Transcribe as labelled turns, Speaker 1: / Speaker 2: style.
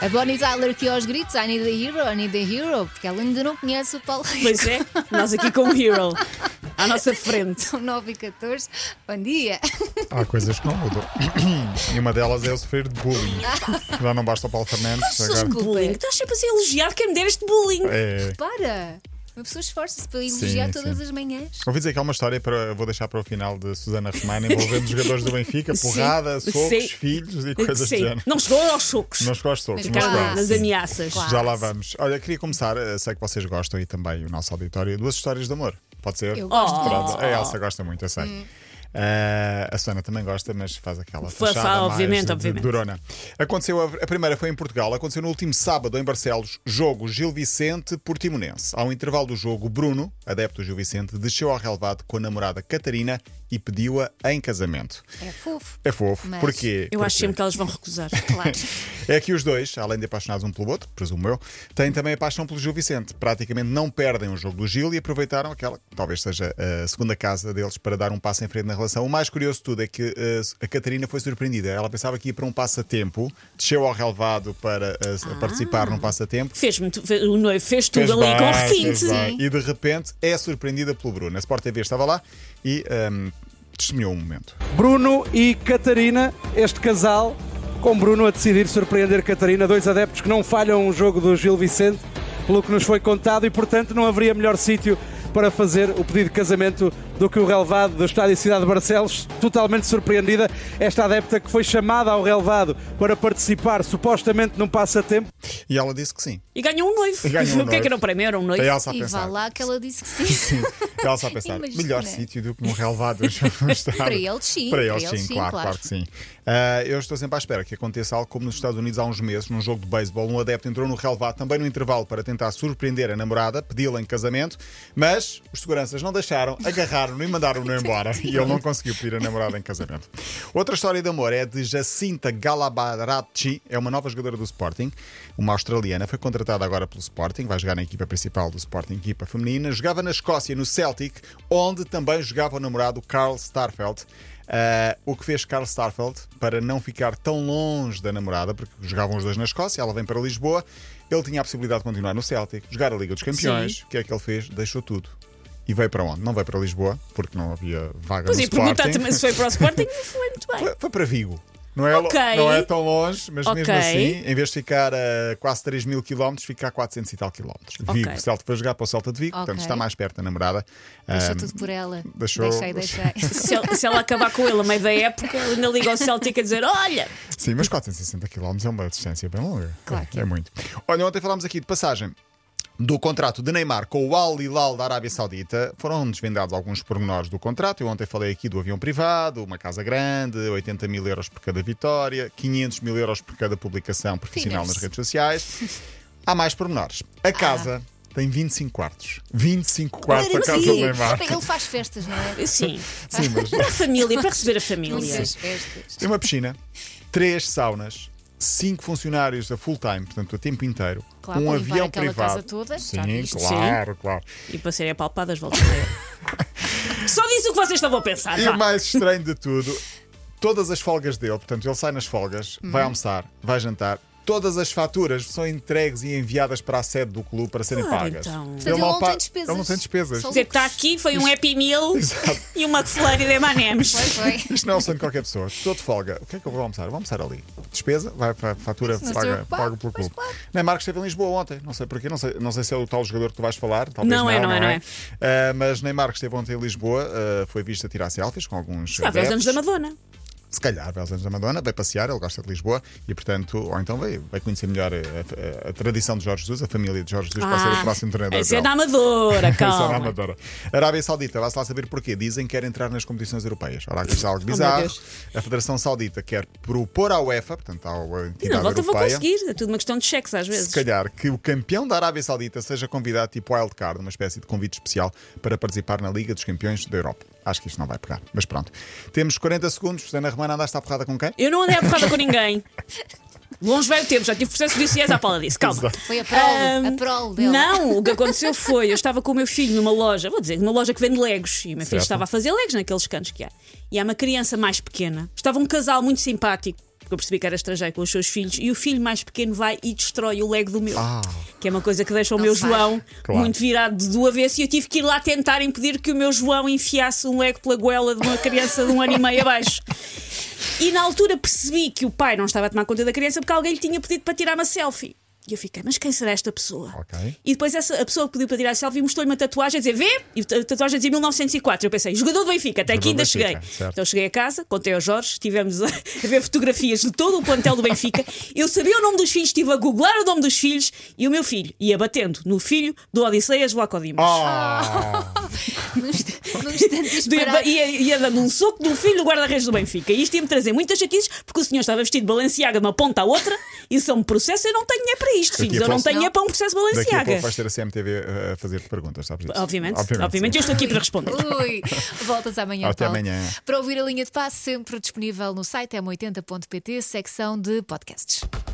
Speaker 1: A Bonnie Tyler aqui aos gritos, I need a hero, I need a hero, porque ela ainda não conhece o Paulo Rico.
Speaker 2: Pois é, nós aqui com o Hero à nossa frente.
Speaker 1: São 9 e 14, bom dia.
Speaker 3: Há coisas que não mudam. E uma delas é eu sofrer de bullying. Já não basta o Paulo Fernandes.
Speaker 2: Sós
Speaker 3: Agora...
Speaker 2: bullying, estás sempre assim a ser elogiado, quem me dera este bullying.
Speaker 3: É.
Speaker 1: Para! Uma pessoa esforça-se para elogiar
Speaker 3: Sim,
Speaker 1: todas
Speaker 3: sim.
Speaker 1: as manhãs.
Speaker 3: Ouvi dizer que há uma história, para, vou deixar para o final, de Susana Romana envolvendo os jogadores do Benfica,
Speaker 2: Sim,
Speaker 3: porrada, socos,
Speaker 2: sim.
Speaker 3: filhos e coisas do
Speaker 2: Sim,
Speaker 3: género.
Speaker 2: não chegou aos socos.
Speaker 3: Não chegou aos socos,
Speaker 1: Mas
Speaker 3: mas
Speaker 2: Cá,
Speaker 1: quase.
Speaker 3: pronto.
Speaker 2: nas ameaças.
Speaker 1: Claro.
Speaker 3: Já lá vamos. Olha, queria começar, eh, sei que vocês gostam e também o nosso auditório, duas histórias de amor. Pode ser?
Speaker 1: Eu
Speaker 2: Oh. Hum.
Speaker 1: gosto muito.
Speaker 3: Pronto, A Elsa gosta muito, eu sei. Ah, a Susana também gosta, mas faz aquela
Speaker 2: Fafá,
Speaker 3: fachada mais
Speaker 2: obviamente,
Speaker 3: du-
Speaker 2: obviamente.
Speaker 3: durona. Aconteceu a, a primeira foi em Portugal, aconteceu no último sábado em Barcelos, jogo Gil Vicente Portimonense. Ao intervalo do jogo, Bruno, adepto do Gil Vicente, desceu ao relevado com a namorada Catarina e pediu-a em casamento.
Speaker 1: É fofo.
Speaker 3: É fofo.
Speaker 1: Mas
Speaker 3: Porquê?
Speaker 2: Eu acho
Speaker 3: Porquê?
Speaker 2: sempre que elas vão recusar.
Speaker 1: Claro.
Speaker 3: É que os dois, além de apaixonados um pelo outro, presumo eu, têm também a paixão pelo Gil Vicente. Praticamente não perdem o jogo do Gil e aproveitaram aquela, que talvez seja a segunda casa deles, para dar um passo em frente na relação. O mais curioso de tudo é que eh, a Catarina foi surpreendida. Ela pensava que ia para um passatempo, desceu ao relevado para eh, participar num passatempo.
Speaker 2: Fez muito, fe- o noivo fez tudo
Speaker 3: Fez
Speaker 2: ali
Speaker 3: bem,
Speaker 2: com
Speaker 3: fez
Speaker 2: requinte.
Speaker 3: bem. E de repente é surpreendida pelo Bruno. A Sport TV estava lá e ehm, testemunhou um momento.
Speaker 4: Bruno e Catarina, este casal, com Bruno a decidir surpreender Catarina, dois adeptos que não falham um jogo do Gil Vicente, pelo que nos foi contado, e portanto não haveria melhor sítio para fazer o pedido de casamento do que o relevado do Estádio Cidade de Barcelos, totalmente surpreendida, esta adepta que foi chamada ao relevado para participar supostamente num passatempo,
Speaker 3: E ela disse que sim.
Speaker 2: E ganhou um noivo.
Speaker 3: E ganhou um
Speaker 2: o que é que
Speaker 3: noivo.
Speaker 2: era o prémio? Era um noivo.
Speaker 3: A Elsa a
Speaker 1: E
Speaker 3: pensar.
Speaker 1: vá lá que ela disse que sim.
Speaker 3: Sim, ela só a pensar,
Speaker 1: Imagina.
Speaker 3: melhor sítio do que num relevado estar.
Speaker 1: Para eles sim,
Speaker 3: Para eles sim, claro, claro.
Speaker 1: claro.
Speaker 3: que sim. Ah, eu estou sempre à espera que aconteça algo como nos Estados Unidos há uns meses, num jogo de beisebol, um adepto entrou no relevado também no intervalo para tentar surpreender a namorada, pedi-la em casamento, mas os seguranças não deixaram, agarraram-no e mandaram-no embora. e ele não conseguiu pedir a namorada em casamento. Outra história de amor é de Jacinta Galabaracci, é uma nova jogadora do Sporting, uma australiana, foi contratada agora pelo Sporting, vai jogar na equipa principal do Sporting, equipa feminina, jogava na Escócia, no Celtic, onde também jogava o namorado Carl Starfelt. Ah, o que fez Carl Starfelt para não ficar tão longe da namorada, porque jogavam os dois na Escócia, ela vem para Lisboa, ele tinha a possibilidade de continuar no Celtic, jogar a Liga dos Campeões, o que é que ele fez? Deixou tudo. E veio para onde? Não veio para Lisboa, porque não havia vaga
Speaker 2: Pois é, e
Speaker 3: no Sporting.
Speaker 2: perguntar também se foi para o Sporting e foi muito bem.
Speaker 3: Foi- Foi para Vigo. Não é, lo-
Speaker 2: Ok.
Speaker 3: não é tão longe, mas mesmo
Speaker 2: Ok.
Speaker 3: assim, em vez de ficar a quase 3 mil quilómetros, fica a 400 e tal quilómetros. Vigo,
Speaker 2: Ok.
Speaker 3: o Celta foi jogar para o Celta de Vigo,
Speaker 1: Ok.
Speaker 3: portanto está mais perto da namorada. ah,
Speaker 1: Deixou
Speaker 3: Ahm,
Speaker 1: tudo por ela.
Speaker 3: É. deixou-
Speaker 1: Deixei, deixei.
Speaker 2: Se ela, se ela acabar com ele a meio da época, ele ainda liga ao Celtic a dizer: Olha,
Speaker 3: Sim, mas 460 km é uma distância bem longa.
Speaker 1: Claro que
Speaker 3: é.
Speaker 1: é.
Speaker 3: muito. Olha, ontem falámos aqui de passagem. Do contrato de Neymar com o Al Hilal da Arábia Saudita foram desvendados alguns pormenores do contrato. Eu ontem falei aqui do avião privado, uma casa grande, 80 mil euros por cada vitória, 500 mil euros por cada publicação profissional
Speaker 1: Fingers.
Speaker 3: nas redes sociais. Há mais pormenores. A casa tem 25 quartos. 25 quartos a
Speaker 2: Mas
Speaker 3: casa
Speaker 2: e-
Speaker 3: do Neymar.
Speaker 1: Bem, Ele faz festas, não é?
Speaker 2: sim,
Speaker 3: Sim, mas
Speaker 2: para a família, para receber a família.
Speaker 1: Muitas festas.
Speaker 3: Tem uma piscina, três saunas, cinco funcionários a full time, portanto, a tempo inteiro,
Speaker 1: Claro,
Speaker 3: um
Speaker 1: para limpar
Speaker 3: avião
Speaker 1: aquela
Speaker 3: privado.
Speaker 1: casa toda,
Speaker 3: Sim,
Speaker 1: já viste?
Speaker 3: claro, claro.
Speaker 2: E para serem apalpadas, volta a ele. Só disse o que vocês estavam a
Speaker 1: Ah,
Speaker 2: pensar.
Speaker 3: E
Speaker 2: vá.
Speaker 1: tá.
Speaker 3: o mais estranho de tudo, todas as folgas dele, portanto, ele sai nas folgas,
Speaker 1: Uhum.
Speaker 3: vai almoçar, vai jantar. Todas as faturas são entregues e enviadas para a sede do clube para serem
Speaker 2: Claro,
Speaker 3: pagas.
Speaker 2: então.
Speaker 1: Portanto, ele não
Speaker 3: pa-
Speaker 1: tem despesas.
Speaker 3: Ele não tem despesas.
Speaker 1: Só
Speaker 2: Quer dizer, está aqui, foi um Happy Meal
Speaker 3: Exato.
Speaker 2: e uma flare de M&M's.
Speaker 1: Foi, foi.
Speaker 3: Isto não é o sonho de qualquer pessoa. Estou de folga. O que é que eu vou almoçar? Vou almoçar ali. Despesa, vai para a fatura
Speaker 1: Não
Speaker 3: paga,
Speaker 1: sei, pá,
Speaker 3: pago pelo
Speaker 1: pois
Speaker 3: clube. Neymar que esteve em Lisboa ontem. Não sei porquê, não sei, não sei se é o tal jogador que tu vais falar. Talvez não,
Speaker 2: Não é, não é, não é.
Speaker 3: Ah, mas Neymar que esteve ontem em Lisboa ah, foi visto a tirar selfies com alguns.
Speaker 2: Já vê os anos
Speaker 3: adeptos.
Speaker 2: da Madonna.
Speaker 3: Se calhar, vai aos anos da Madonna, vai passear, ele gosta de Lisboa e, portanto, ou então vai, vai conhecer melhor eh, a, a- a tradição de Jorge Jesus, a família de Jorge Jesus, para ser o próximo treinador.
Speaker 2: Isso é
Speaker 3: dele.
Speaker 2: da Amadora,
Speaker 3: Isso é uma
Speaker 2: calma.
Speaker 3: amadora. Arábia Saudita, vai-se lá saber porquê. Dizem que quer entrar nas competições europeias. Ora, aqui está algo bizarro.
Speaker 2: Oh, Deus.
Speaker 3: a Federação Saudita quer propor à UEFA, portanto, à
Speaker 2: E na
Speaker 3: entidade
Speaker 2: volta vou
Speaker 3: europeia,
Speaker 2: conseguir, é tudo uma questão de cheques às
Speaker 3: se
Speaker 2: vezes.
Speaker 3: calhar, que o campeão da Arábia Saudita seja convidado tipo wildcard, uma espécie de convite especial, para participar na Liga dos Campeões da Europa. Acho que isto não vai pegar, mas pronto. Temos 40 segundos. Susana Romana, andaste à porrada com quem?
Speaker 2: Eu não andei à porrada com ninguém. Longe vai o tempo, já tive processos judiciais à pala disso, calma.
Speaker 1: Foi a prole,
Speaker 2: Ahm,
Speaker 1: a prole dela.
Speaker 2: Não, o que aconteceu foi: eu estava com o meu filho numa loja, vou dizer, numa loja que vende legos, e o meu filho
Speaker 3: Certo.
Speaker 2: estava a fazer legos naqueles cantos que há. E há uma criança mais pequena. Estava um casal muito simpático, porque eu percebi que era estrangeiro com os seus filhos, e o filho mais pequeno vai e destrói o Lego do meu. Que é uma coisa que deixa o
Speaker 1: Não
Speaker 2: meu
Speaker 1: faz.
Speaker 2: João
Speaker 3: Ah. Claro.
Speaker 2: muito virado do avesso, e eu tive que ir lá tentar impedir que o meu João enfiasse um Lego pela goela de uma criança de um ano e meio abaixo. E na altura percebi que o pai não estava a tomar conta da criança porque alguém lhe tinha pedido para tirar uma selfie. E eu fiquei, mas quem será esta pessoa?
Speaker 3: Ok.
Speaker 2: E depois essa, a pessoa que pediu para tirar a selfie mostrou-lhe uma tatuagem a dizer: Vê? E a tatuagem dizia 1904. Eu pensei, jogador do Benfica, até aqui
Speaker 3: Jogador
Speaker 2: ainda
Speaker 3: do Benfica,
Speaker 2: cheguei.
Speaker 3: certo.
Speaker 2: Então cheguei a casa, contei ao Jorge, estivemos a, a ver fotografias de todo o plantel do Benfica. Eu sabia o nome dos filhos, estive a googlar o nome dos filhos e o meu filho ia batendo no filho do Odisseias Vlacodimas.
Speaker 3: Ah,
Speaker 1: Num instante, num instante disparado.
Speaker 2: Ia, ia, ia dando um soco no filho do guarda-redes do Benfica. E isto ia-me trazer muitas chatices, porque o senhor estava vestido de Balenciaga de uma ponta à outra, e são um processo, eu não tenho dinheiro para isto, filhos.
Speaker 3: a
Speaker 2: Eu não
Speaker 3: pouco-
Speaker 2: tenho dinheiro para um processo
Speaker 3: daqui a
Speaker 2: Balenciaga.
Speaker 3: pouco vais ter a CMTV eh, a fazer perguntas, sabes disso?
Speaker 2: Obviamente, obviamente, eu estou aqui para responder.
Speaker 1: Ui, voltas amanhã.
Speaker 3: Até
Speaker 1: Paulo.
Speaker 3: amanhã.
Speaker 1: Para ouvir a linha de passe, sempre disponível no site m80.pt, secção de podcasts.